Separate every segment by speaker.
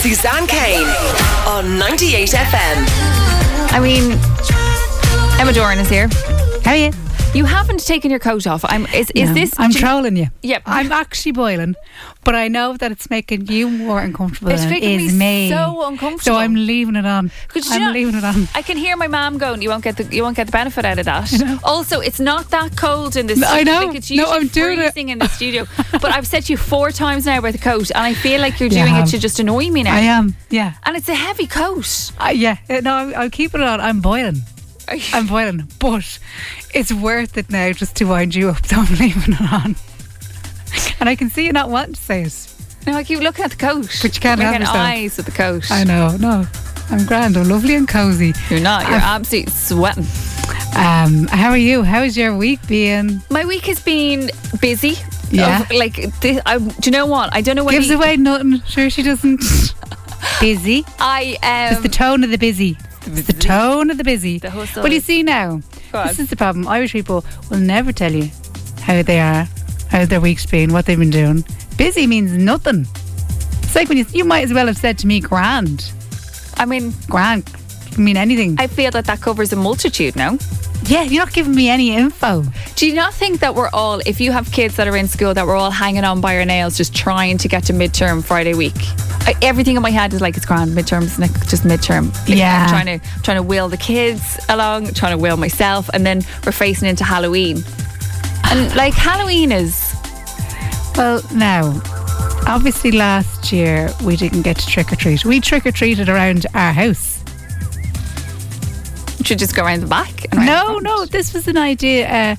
Speaker 1: Suzanne Kane on 98 FM.
Speaker 2: I mean, Emma Doran is here.
Speaker 3: How are you?
Speaker 2: You haven't taken your coat off. I'm. Is, is
Speaker 3: No,
Speaker 2: this?
Speaker 3: I'm
Speaker 2: do you-
Speaker 3: trolling you.
Speaker 2: Yep.
Speaker 3: I'm actually boiling, but I know that it's making you more uncomfortable
Speaker 2: It's
Speaker 3: than it
Speaker 2: making
Speaker 3: is
Speaker 2: me
Speaker 3: me.
Speaker 2: so uncomfortable.
Speaker 3: So I'm leaving it on.
Speaker 2: 'Cause do you
Speaker 3: I'm
Speaker 2: know-
Speaker 3: leaving it on.
Speaker 2: I can hear my mom going. You won't get the. You won't get the benefit out of that. Also, it's not that cold in this.
Speaker 3: No, I
Speaker 2: studio.
Speaker 3: know.
Speaker 2: Like, it's
Speaker 3: No,
Speaker 2: usually
Speaker 3: I'm doing it.
Speaker 2: freezing in the studio. But I've said to you four times now about the coat, and I feel like you're
Speaker 3: You
Speaker 2: doing it
Speaker 3: have.
Speaker 2: to just annoy me now.
Speaker 3: I am. Yeah.
Speaker 2: And it's a heavy coat.
Speaker 3: Uh, yeah. Uh, No, I'm, I'm keeping it on. I'm boiling. I'm boiling, but it's worth it now just to wind you up. So I'm leaving it on. And I can see you not wanting to say it.
Speaker 2: No, I keep looking at the coat.
Speaker 3: But you can't help
Speaker 2: Making
Speaker 3: yourself.
Speaker 2: eyes at the coat.
Speaker 3: I know. No, I'm grand. I'm lovely and cozy.
Speaker 2: You're not. You're
Speaker 3: I've-
Speaker 2: absolutely sweating.
Speaker 3: Um, how are you? How is your week being?
Speaker 2: My week has been busy.
Speaker 3: Yeah.
Speaker 2: Of- like, thi- I, do you know what? I don't know when
Speaker 3: Gives
Speaker 2: he-
Speaker 3: away nothing. Sure, she doesn't. busy.
Speaker 2: I
Speaker 3: It's
Speaker 2: um,
Speaker 3: the tone of the busy. It's the tone of the busy.
Speaker 2: The hustle.
Speaker 3: Well, you see now,
Speaker 2: Go on.
Speaker 3: this is the problem. Irish people will never tell you how they are, how their week's been, what they've been doing. Busy means nothing. It's like when you you might as well have said to me grand,
Speaker 2: I mean,
Speaker 3: grand. Doesn't Mean anything?
Speaker 2: I feel that that covers a multitude now.
Speaker 3: yeah, you're not giving me any info.
Speaker 2: Do you not think that we're all, if you have kids that are in school, that we're all hanging on by our nails, just trying to get to midterm Friday week? I, everything in my head is like it's grand midterms, like just midterm. Like,
Speaker 3: Yeah.
Speaker 2: I'm trying to trying to will the kids along, trying to will myself, and then we're facing into Halloween. And like Halloween is
Speaker 3: Well, now, obviously, last year we didn't get to trick or treat. We trick or treated around our house.
Speaker 2: you should just go around the back. And around
Speaker 3: No,
Speaker 2: the front.
Speaker 3: no, this was an idea. Uh,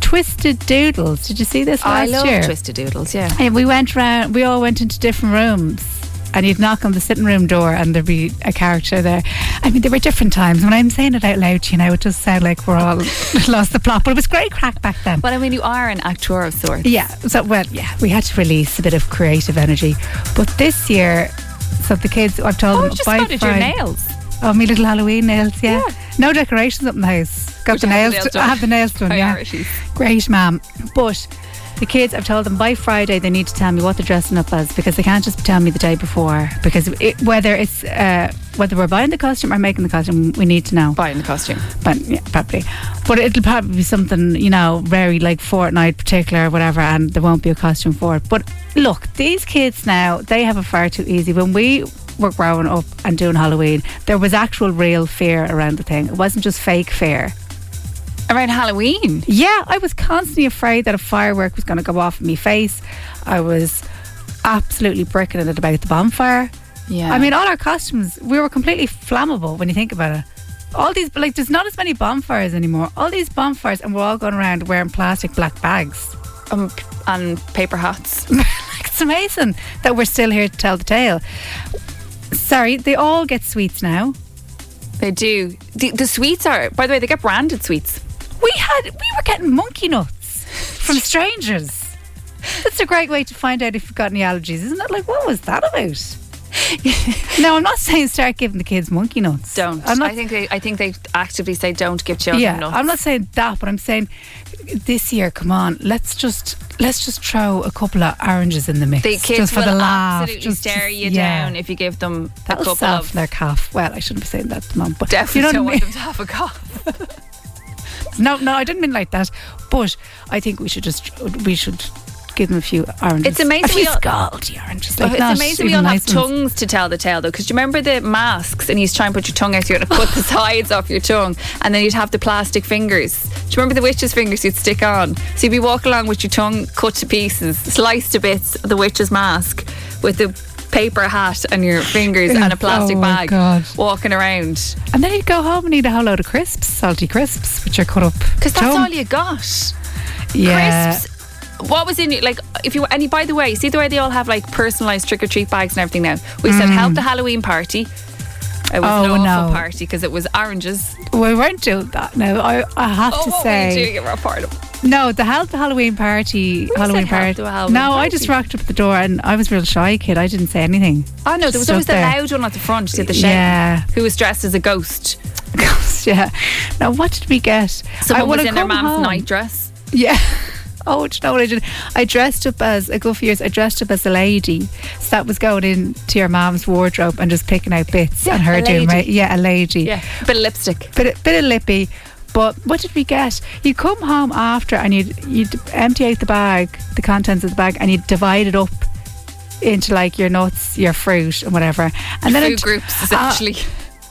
Speaker 3: Twisted Doodles. Did you see this
Speaker 2: I
Speaker 3: last
Speaker 2: love
Speaker 3: year?
Speaker 2: twisted doodles. Yeah.
Speaker 3: And we went round. We all went into different rooms. And you'd knock on the sitting room door, and there'd be a character there. I mean, there were different times. When I'm saying it out loud, you know, it does sound like we're all lost the plot. But it was great crack back then.
Speaker 2: But I mean, you are an actor of sorts.
Speaker 3: Yeah. So well, yeah, we had to release a bit of creative energy. But this year, so the kids, I've told
Speaker 2: Oh,
Speaker 3: them
Speaker 2: I've just
Speaker 3: by
Speaker 2: spotted your
Speaker 3: Friday-
Speaker 2: nails.
Speaker 3: Oh, my little Halloween nails. Yeah.
Speaker 2: Yeah.
Speaker 3: No decorations up in the house. Got
Speaker 2: Which
Speaker 3: the
Speaker 2: I have the
Speaker 3: nails.
Speaker 2: nails
Speaker 3: done- I
Speaker 2: done.
Speaker 3: have the nails done. Yeah.
Speaker 2: Priorities.
Speaker 3: Great, ma'am. But the kids, I've told them by Friday they need to tell me what they're dressing up as because they can't just tell me the day before because it, whether it's uh, whether we're buying the costume or making the costume, we need to know
Speaker 2: Buying the costume.
Speaker 3: but yeah, probably. But it'll probably be something you know very like Fortnite particular or whatever, and there won't be a costume for it. But look, these kids now they have it far too easy. When we were growing up and doing Halloween, there was actual real fear around the thing. It wasn't just fake fear.
Speaker 2: Around Halloween.
Speaker 3: Yeah, I was constantly afraid that a firework was going to go off in my face. I was absolutely bricking it about the bonfire.
Speaker 2: Yeah.
Speaker 3: I mean, all our costumes, we were completely flammable when you think about it. All these, like, there's not as many bonfires anymore. All these bonfires, and we're all going around wearing plastic black bags.
Speaker 2: um, and paper hats.
Speaker 3: Like, it's amazing that we're still here to tell the tale. Sorry, they all get sweets now.
Speaker 2: They do. The, the sweets are, by the way, they get branded sweets.
Speaker 3: We had, we were getting monkey nuts from strangers. That's a great way to find out if you've got any allergies, isn't it? Like, what was that about? no, I'm not saying start giving the kids monkey nuts.
Speaker 2: Don't.
Speaker 3: I'm not
Speaker 2: I think they. I think they actively say don't give children
Speaker 3: yeah,
Speaker 2: nuts.
Speaker 3: I'm not saying that, but I'm saying this year, come on, let's just let's just throw a couple of oranges in the mix,
Speaker 2: the kids
Speaker 3: just for
Speaker 2: will
Speaker 3: the laugh,
Speaker 2: absolutely
Speaker 3: just-
Speaker 2: stare you
Speaker 3: yeah.
Speaker 2: down if you give them a
Speaker 3: That'll
Speaker 2: cup
Speaker 3: soften
Speaker 2: of.
Speaker 3: their cough. Well, I shouldn't be saying that, to mum. But
Speaker 2: Definitely
Speaker 3: you know
Speaker 2: don't
Speaker 3: what I
Speaker 2: want
Speaker 3: mean?
Speaker 2: them to have a cough.
Speaker 3: No, no, I didn't mean like that. But I think we should just we should give them a few oranges.
Speaker 2: It's amazing
Speaker 3: A few
Speaker 2: we all-
Speaker 3: scaldy oranges. Like
Speaker 2: it's
Speaker 3: not
Speaker 2: amazing we
Speaker 3: even
Speaker 2: all have
Speaker 3: nice ones.
Speaker 2: tongues to tell the tale, though, because do you remember the masks and you used to try and put your tongue out, you're going to cut the sides off your tongue, and then you'd have the plastic fingers. Do you remember the witch's fingers you'd stick on? So you'd be walking along with your tongue cut to pieces, sliced to bits, the witch's mask with the paper hat and your fingers and a plastic
Speaker 3: Oh my
Speaker 2: bag
Speaker 3: God.
Speaker 2: walking around.
Speaker 3: And then you go home and eat a whole load of crisps, salty crisps, which are cut up.
Speaker 2: Because that's
Speaker 3: Don't-
Speaker 2: all you got.
Speaker 3: yeah.
Speaker 2: crisps. What was in it? Like, if you and you, by the way, see the way they all have like personalized trick or treat bags and everything now. We said help the Halloween party. It was
Speaker 3: Mm. Oh,
Speaker 2: an awful
Speaker 3: no.
Speaker 2: party because it was oranges.
Speaker 3: We weren't doing that. No, I, I have
Speaker 2: Oh,
Speaker 3: to
Speaker 2: what
Speaker 3: say.
Speaker 2: were you doing at our part of?
Speaker 3: No, the Hal- the Halloween party.
Speaker 2: said
Speaker 3: Halloween
Speaker 2: Hal-
Speaker 3: party.
Speaker 2: the Halloween
Speaker 3: no, I
Speaker 2: party.
Speaker 3: just rocked up at the door and I was a real shy kid. I didn't say anything.
Speaker 2: Oh no, there was
Speaker 3: Just
Speaker 2: always the
Speaker 3: up there.
Speaker 2: loud one at the front, did the shape,
Speaker 3: Yeah.
Speaker 2: who was dressed as a ghost.
Speaker 3: yeah. Now what did we get?
Speaker 2: Someone
Speaker 3: well,
Speaker 2: was in their
Speaker 3: come
Speaker 2: mum's
Speaker 3: home-
Speaker 2: night dress.
Speaker 3: Yeah. oh, do you know what I did? I dressed up as a good few years. I dressed up as a lady, so that was going into your mom's wardrobe and just picking out bits
Speaker 2: Yeah,
Speaker 3: and her
Speaker 2: a
Speaker 3: doing
Speaker 2: lady.
Speaker 3: my, yeah, a lady.
Speaker 2: Yeah, bit of lipstick.
Speaker 3: bit bit of lippy. But what did we get? You come home after and you'd you'd empty out the bag, the contents of the bag, and you'd divide it up into like your nuts, your fruit, and whatever. And
Speaker 2: Food
Speaker 3: it-
Speaker 2: groups,
Speaker 3: uh,
Speaker 2: essentially.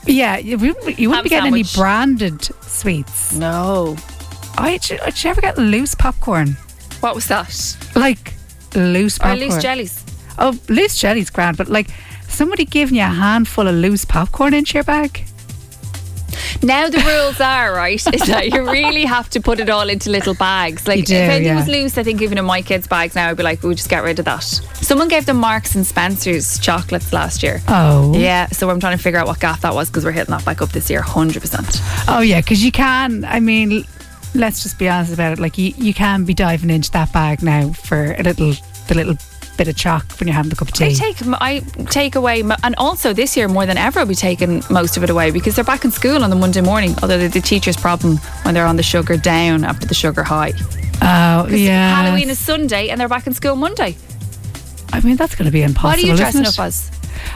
Speaker 3: yeah, you wouldn't, you
Speaker 2: Ham
Speaker 3: wouldn't be getting
Speaker 2: sandwich.
Speaker 3: any branded sweets.
Speaker 2: no.
Speaker 3: I did, you- did you ever get loose popcorn?
Speaker 2: What was that?
Speaker 3: Like loose
Speaker 2: Or
Speaker 3: popcorn?
Speaker 2: loose jellies.
Speaker 3: Oh, loose jelly's grand, but like somebody giving you a handful of loose popcorn into your bag.
Speaker 2: Now the rules are right is that you really have to put it all into little bags. Like
Speaker 3: You do,
Speaker 2: if anything
Speaker 3: yeah.
Speaker 2: was loose, I think even in my kids' bags now, I'd be like, we'll just get rid of that. Someone gave them Marks and Spencer's chocolates last year.
Speaker 3: Oh,
Speaker 2: Yeah, so I'm trying to figure out what gap that was because we're hitting that back up this year, hundred percent.
Speaker 3: Oh yeah, because you can. I mean, l- let's just be honest about it. Like you, you can be diving into that bag now for a little, the little bit of chalk when you're having a cup of
Speaker 2: I
Speaker 3: tea.
Speaker 2: take m- I take away, m- and also this year more than ever, I'll be taking most of it away because they're back in school on the Monday morning. Although they're the teacher's problem when they're on the sugar down after the sugar high.
Speaker 3: Oh yeah.
Speaker 2: Halloween is Sunday and they're back in school Monday.
Speaker 3: I mean, that's going to be impossible.
Speaker 2: What are you dressing
Speaker 3: isn't it?
Speaker 2: up as?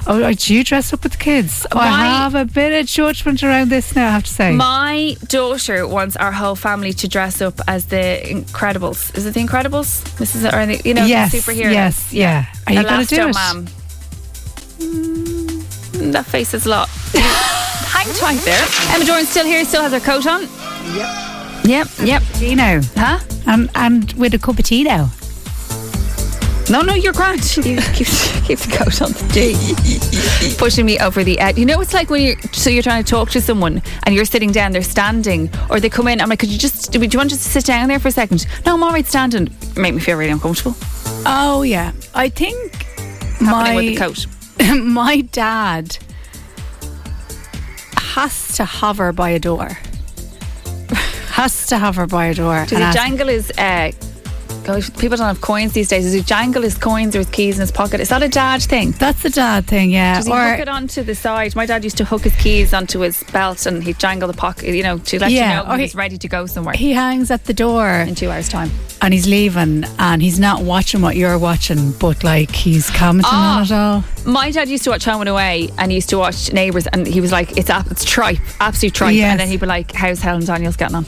Speaker 3: Oh, oh, do you dress up with the kids? Oh, I
Speaker 2: Why-
Speaker 3: have a bit of judgment around this now. I have to say.
Speaker 2: My daughter wants our whole family to dress up as the Incredibles. Is it the Incredibles? Mrs. Or the, you know,
Speaker 3: yes.
Speaker 2: the superhero.
Speaker 3: Yes. Yeah. Are you going to do it?
Speaker 2: Ma'am. Mm, that face is a lot. Hang tight there. Emma Doran's still here, still has her coat on. Yep. Yep, yep.
Speaker 3: You know,
Speaker 2: Huh?
Speaker 3: and and with a cup of tea now.
Speaker 2: No, no, you're grand. You keep, keep the coat on the day. Pushing me over the edge. You know, it's like when you're so you're trying to talk to someone and you're sitting down, they're standing, or they come in. I'm like, could you just do you want just to sit down there for a second? No, I'm all right standing. Make me feel really uncomfortable.
Speaker 3: Oh yeah, I think
Speaker 2: Happening with the coat.
Speaker 3: my dad has to hover by a door. has to hover by a door.
Speaker 2: Does
Speaker 3: and
Speaker 2: he
Speaker 3: ask-
Speaker 2: jangle his? Uh, gosh, people don't have coins these days. Does he jangle his coins or his keys in his pocket? Is that a dad thing?
Speaker 3: that's the dad thing, yeah.
Speaker 2: Does he hook it onto the side? My dad used to hook his keys onto his belt and he'd jangle the pocket, you know, to let
Speaker 3: Yeah,
Speaker 2: you know
Speaker 3: or
Speaker 2: when
Speaker 3: he-
Speaker 2: he's ready to go somewhere
Speaker 3: he hangs at the door
Speaker 2: in two hours' time.
Speaker 3: and he's leaving and he's not watching what you're watching, but like he's commenting
Speaker 2: Ah.
Speaker 3: on it all.
Speaker 2: My dad used to watch Home and Away and he used to watch Neighbours and he was like, it's, ab- it's tripe, absolute tripe.
Speaker 3: Yes.
Speaker 2: And then he'd be like, how's Helen Daniels getting on?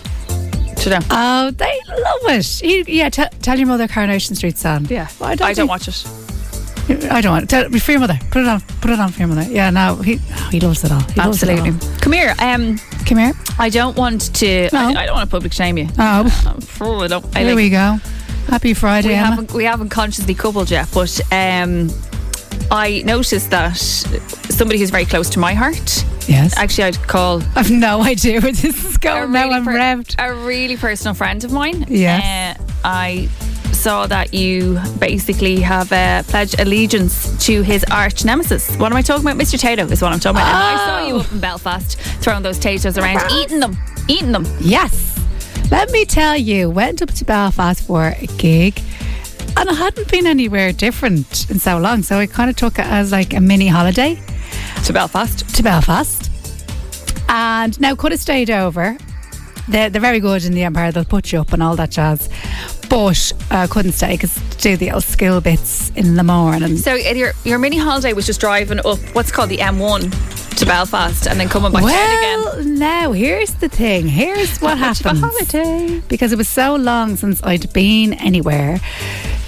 Speaker 2: Today.
Speaker 3: Oh, they love it. He, yeah, t- tell your mother Coronation Street's on. Well,
Speaker 2: I don't,
Speaker 3: think-
Speaker 2: watch it.
Speaker 3: I don't want. Tell for your mother. Put it on. Put it on for your mother. Yeah. No, he oh, he loves it all. He loves it all.
Speaker 2: Absolutely. Come here. Um,
Speaker 3: Come here.
Speaker 2: I don't want to. I-
Speaker 3: No.
Speaker 2: I, don't want to public shame you.
Speaker 3: Oh.
Speaker 2: I'm full of them. I
Speaker 3: There
Speaker 2: like-
Speaker 3: we go. Happy Friday,
Speaker 2: we
Speaker 3: Emma.
Speaker 2: haven't we haven't consciously coupled yet, but um, I noticed that somebody who's very close to my heart.
Speaker 3: yes. I
Speaker 2: Actually, I'd call
Speaker 3: have no idea where this is
Speaker 2: a
Speaker 3: going. Now
Speaker 2: really
Speaker 3: Oh, I'm
Speaker 2: per-
Speaker 3: revved.
Speaker 2: a really personal friend of mine.
Speaker 3: Yes.
Speaker 2: Uh, I saw that you basically have uh, pledged allegiance to his arch nemesis. What am I talking about? Mr. Tato is what I'm talking about. And I saw you up
Speaker 3: Oh.
Speaker 2: in Belfast throwing those potatoes around, eating them, eating them.
Speaker 3: Yes. Let me tell you, went up to Belfast for a gig and I hadn't been anywhere different in so long. So I kind of took it as like a mini holiday
Speaker 2: To Belfast.
Speaker 3: to Belfast. And now could have stayed over. They're, they're very good in the Empire. They'll put you up and all that jazz. But uh, couldn't stay because do the old skill bits in the morning.
Speaker 2: So uh, your your mini holiday was just driving up what's called the M1 to Belfast and then coming back down again.
Speaker 3: Well, now here's the thing. Here's what
Speaker 2: Much of a
Speaker 3: happens.
Speaker 2: holiday.
Speaker 3: Because it was so long since I'd been anywhere.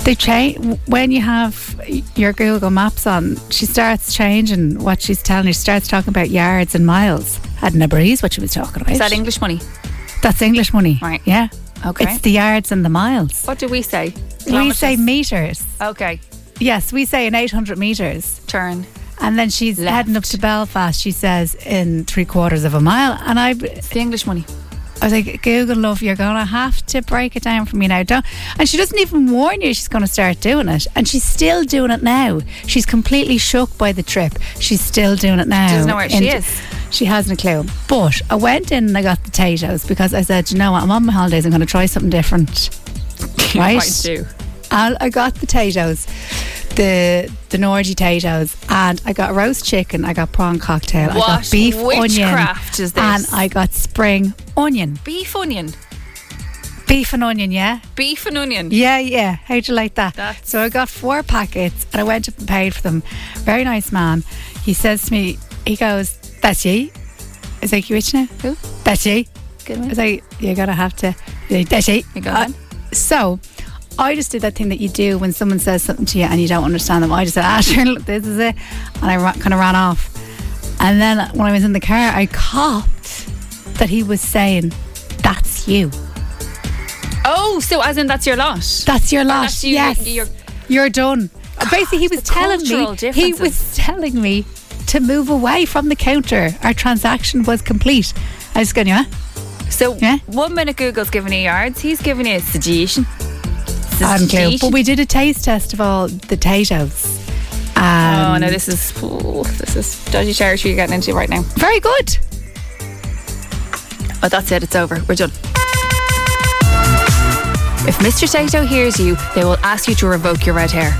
Speaker 3: They change when you have your Google Maps on. She starts changing what she's telling you. She starts talking about yards and miles. Had no breeze what she was talking about.
Speaker 2: Is that English money?
Speaker 3: That's English money,
Speaker 2: Right.
Speaker 3: Yeah.
Speaker 2: Okay.
Speaker 3: It's the yards and the miles.
Speaker 2: What do we say?
Speaker 3: We say
Speaker 2: Kilometres?
Speaker 3: meters.
Speaker 2: okay.
Speaker 3: Yes, we say in 800 meters.
Speaker 2: Turn.
Speaker 3: And then she's heading up to Belfast. She says in three quarters of a mile. And I
Speaker 2: It's the English money.
Speaker 3: I was like, Google love, you're gonna have to break it down for me now. Don't and she doesn't even warn you she's gonna start doing it. And she's still doing it now. She's completely shook by the trip. She's still doing it now.
Speaker 2: doesn't know where she
Speaker 3: And
Speaker 2: is.
Speaker 3: She hasn't a clue. But I went in and I got the potatoes because I said, you know what, I'm on my holidays, I'm gonna try something different. Right?
Speaker 2: Might do.
Speaker 3: And I got the potatoes, the the Nordy potatoes, and I got roast chicken, I got prawn cocktail, I
Speaker 2: What
Speaker 3: got beef onion,
Speaker 2: witchcraft is this?
Speaker 3: and I got spring onion.
Speaker 2: Beef onion.
Speaker 3: Beef and onion, yeah?
Speaker 2: Beef and onion.
Speaker 3: Yeah, yeah. How'd you like that?
Speaker 2: That's-
Speaker 3: So I got four packets and I went up and paid for them. Very nice man. He says to me, he goes, That's ye. I was like, You which now?
Speaker 2: Who?
Speaker 3: That's ye.
Speaker 2: Good
Speaker 3: I
Speaker 2: one.
Speaker 3: was like, You're gonna have to He's like, That's ye.
Speaker 2: You go
Speaker 3: Uh,
Speaker 2: on.
Speaker 3: so I just did that thing that you do when someone says something to you and you don't understand them. I just said, Ah, sure, look, this is it. And I ra- kind of ran off. And then when I was in the car, I copped that he was saying, That's you.
Speaker 2: Oh, so as in that's your lot.
Speaker 3: That's your lot.
Speaker 2: that's you-
Speaker 3: yes,
Speaker 2: you're-
Speaker 3: you're, done. Basically, he was
Speaker 2: the
Speaker 3: telling
Speaker 2: cultural
Speaker 3: me. He was
Speaker 2: differences.
Speaker 3: telling me to move away from the counter. Our transaction was complete. I was going, yeah.
Speaker 2: so
Speaker 3: Yeah.
Speaker 2: one minute Google's giving you yards, he's giving you a suggestion.
Speaker 3: I'm clear. But
Speaker 2: Suggestion.
Speaker 3: we did a taste test of all the potatoes.
Speaker 2: Oh
Speaker 3: Um,
Speaker 2: no, this is ooh, this is dodgy territory you're getting into right now.
Speaker 3: very good.
Speaker 2: But that's it, it's over. We're done. If Mr. Tato hears you, they will ask you to revoke your red hair.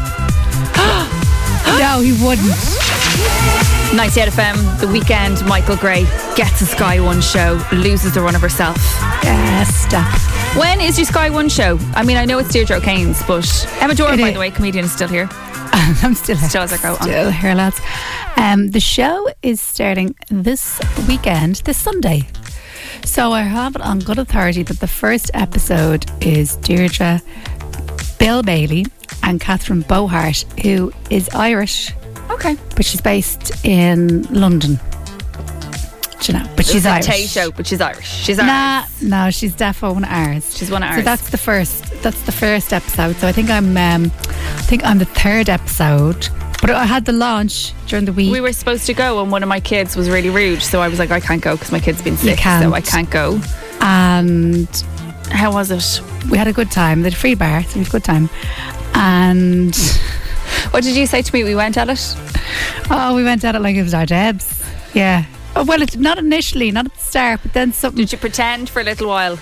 Speaker 3: no, he wouldn't.
Speaker 2: 98 FM, the weekend, Michael Gray gets a Sky One show, loses the run of herself.
Speaker 3: Uh, stop.
Speaker 2: When is your Sky One show? I mean, I know it's Deirdre O'Kane's, but Emma Doran,
Speaker 3: It
Speaker 2: by
Speaker 3: is.
Speaker 2: the way, comedian, is still here.
Speaker 3: I'm still here.
Speaker 2: Still as I go on.
Speaker 3: Still here, lads. Um, the show is starting this weekend, this Sunday. So I have it on good authority that the first episode is Deirdre, Bill Bailey, and Catherine Bohart, who is Irish,
Speaker 2: Okay.
Speaker 3: but she's based in London. Do you know? But she's Irish.
Speaker 2: Tato, but she's Irish. She's Irish.
Speaker 3: Nah, no, she's defo one of ours.
Speaker 2: She's one of
Speaker 3: So
Speaker 2: ours.
Speaker 3: that's the first. That's the first episode. So I think I'm. Um, I think I'm the third episode. But I had the launch during the week.
Speaker 2: We were supposed to go, and one of my kids was really rude, so I was like, I can't go because my kid's been sick, so
Speaker 3: can't.
Speaker 2: I can't go.
Speaker 3: and
Speaker 2: How was it?
Speaker 3: we had a good time. They had a free bar, so we had a good time. And
Speaker 2: What did you say to me? We went at it.
Speaker 3: oh, we went at it like it was our debs. Yeah. Oh, well, it, not initially, not at the start, but then something.
Speaker 2: Did you pretend for a little while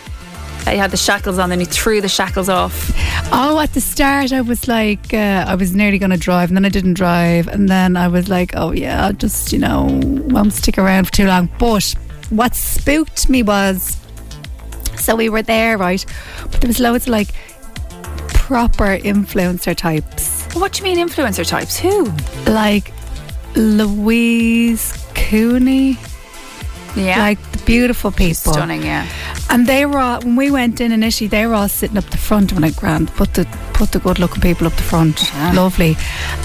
Speaker 2: that you had the shackles on, then you threw the shackles off?
Speaker 3: Oh, at the start, I was like, uh, I was nearly going to drive, and then I didn't drive, and then I was like, oh yeah, I just you know won't stick around for too long. But what spooked me was, so we were there, right? But there was loads of like proper influencer types,
Speaker 2: What do you mean, influencer types? Who?
Speaker 3: like Louise Cooney,
Speaker 2: Yeah.
Speaker 3: like the beautiful people,
Speaker 2: Stunning, yeah.
Speaker 3: And they were all, when we went in initially, they were all sitting up the front. and we're like, grand, put the put the good looking people up the front, lovely.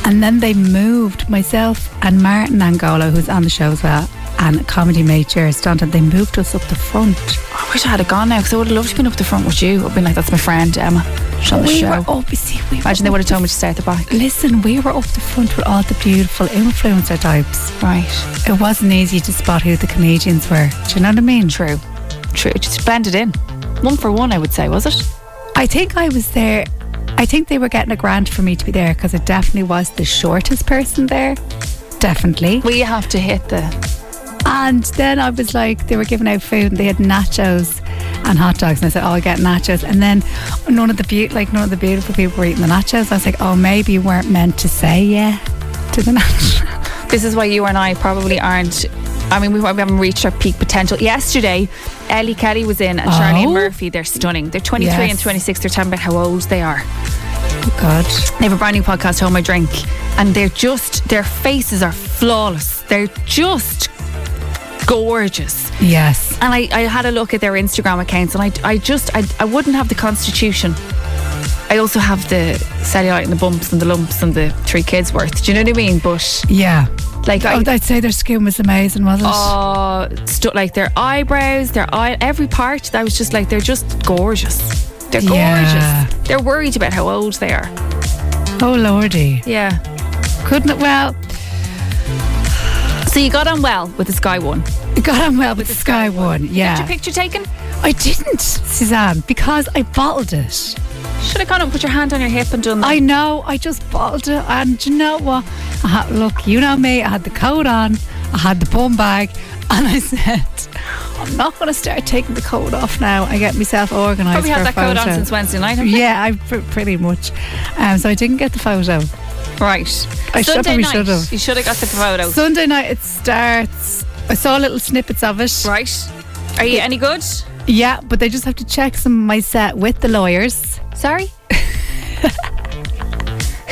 Speaker 3: And then they moved myself and Martin Angola, who's on the show as well, and comedy mate Jared Staunton. They moved us up the front.
Speaker 2: Oh, I wish I had it gone now because I would have loved to have been up the front with you. I've been like, that's my friend, Emma. She's on the
Speaker 3: we
Speaker 2: show.
Speaker 3: were up. you See, we
Speaker 2: Imagine they
Speaker 3: were
Speaker 2: would
Speaker 3: up
Speaker 2: have told me to stay at the back.
Speaker 3: the- Listen, we were up the front with all the beautiful influencer types.
Speaker 2: Right.
Speaker 3: It wasn't easy to spot who the comedians were. Do you know what I mean?
Speaker 2: True. True. Just blended in. One for one, I would say, was it?
Speaker 3: I think I was there. I think they were getting a grant for me to be there because I definitely was the shortest person there. Definitely.
Speaker 2: We have to hit the.
Speaker 3: And then I was like, they were giving out food and they had nachos and hot dogs. And I said, oh, I'll get nachos. And then none of the be- like none of the beautiful people were eating the nachos. I was like, oh, maybe you weren't meant to say yeah to the nachos.
Speaker 2: This is why you and I probably aren't. I mean, we probably haven't reached our peak potential. Yesterday, Ellie Kelly was in and Charlie
Speaker 3: Oh.
Speaker 2: Murphy. They're stunning. They're 23 and
Speaker 3: Yes.
Speaker 2: 26. They're talking about how old they are.
Speaker 3: Oh, God.
Speaker 2: They have a brand new podcast, Home I Drink, and they're just, their faces are flawless. They're just gorgeous.
Speaker 3: Yes.
Speaker 2: And I, I had a look at their Instagram accounts, and I, I just, I, I wouldn't have the constitution. I also have the cellulite and the bumps and the lumps and the three kids worth. Do you know what I mean? But
Speaker 3: Yeah.
Speaker 2: like,
Speaker 3: Oh,
Speaker 2: I,
Speaker 3: I'd say their skin was amazing, wasn't it?
Speaker 2: uh, stu- like their eyebrows, their eye, every part. That was just like they're just gorgeous. They're gorgeous.
Speaker 3: Yeah.
Speaker 2: They're worried about how old they are.
Speaker 3: Oh, Lordy.
Speaker 2: Yeah.
Speaker 3: Couldn't it? Well,
Speaker 2: So you got on well with the Sky One.
Speaker 3: it got on well with the Sky,
Speaker 2: Sky
Speaker 3: one. Yeah.
Speaker 2: Did your picture taken?
Speaker 3: I didn't, Suzanne, because I bottled it.
Speaker 2: Should have gone and put your hand on your hip and done that.
Speaker 3: I know, I just bottled it. And you know what? I had, look, you know me, I had the coat on, I had the bum bag, and I said, I'm not going to start taking the coat off now. I get myself organised.
Speaker 2: probably
Speaker 3: for
Speaker 2: had
Speaker 3: a
Speaker 2: that coat on
Speaker 3: photo."
Speaker 2: since Wednesday night. haven't you?
Speaker 3: Yeah, I pr- pretty much. Um, so I didn't get the photo.
Speaker 2: Right.
Speaker 3: I should-
Speaker 2: Sunday
Speaker 3: probably
Speaker 2: night.
Speaker 3: should have.
Speaker 2: You should have got the photo.
Speaker 3: Sunday night it starts. I saw little snippets of it.
Speaker 2: right. Are you any good?
Speaker 3: Yeah, but they just have to check some of my set with the lawyers.
Speaker 2: Sorry?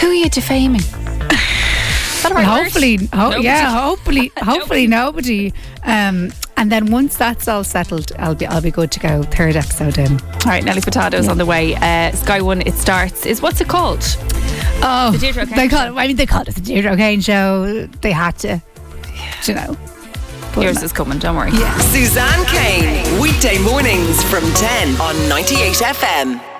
Speaker 2: Who are you defaming? Is that a right
Speaker 3: And
Speaker 2: word?
Speaker 3: hopefully, ho-
Speaker 2: Nobody.
Speaker 3: yeah, hopefully, hopefully nobody. Um, and then once that's all settled, I'll be I'll be good to go. Third episode in.
Speaker 2: All right, Nelly Potatoes on the way. Uh, Sky One, it starts. Is what's it called?
Speaker 3: Oh,
Speaker 2: The Deirdre O'Kane
Speaker 3: they call it, I mean, they called it the Deirdre O'Kane show. They had to, you know. But
Speaker 2: Yours is coming. Don't worry.
Speaker 1: Suzanne Kane, weekday mornings from 10 on 98 FM.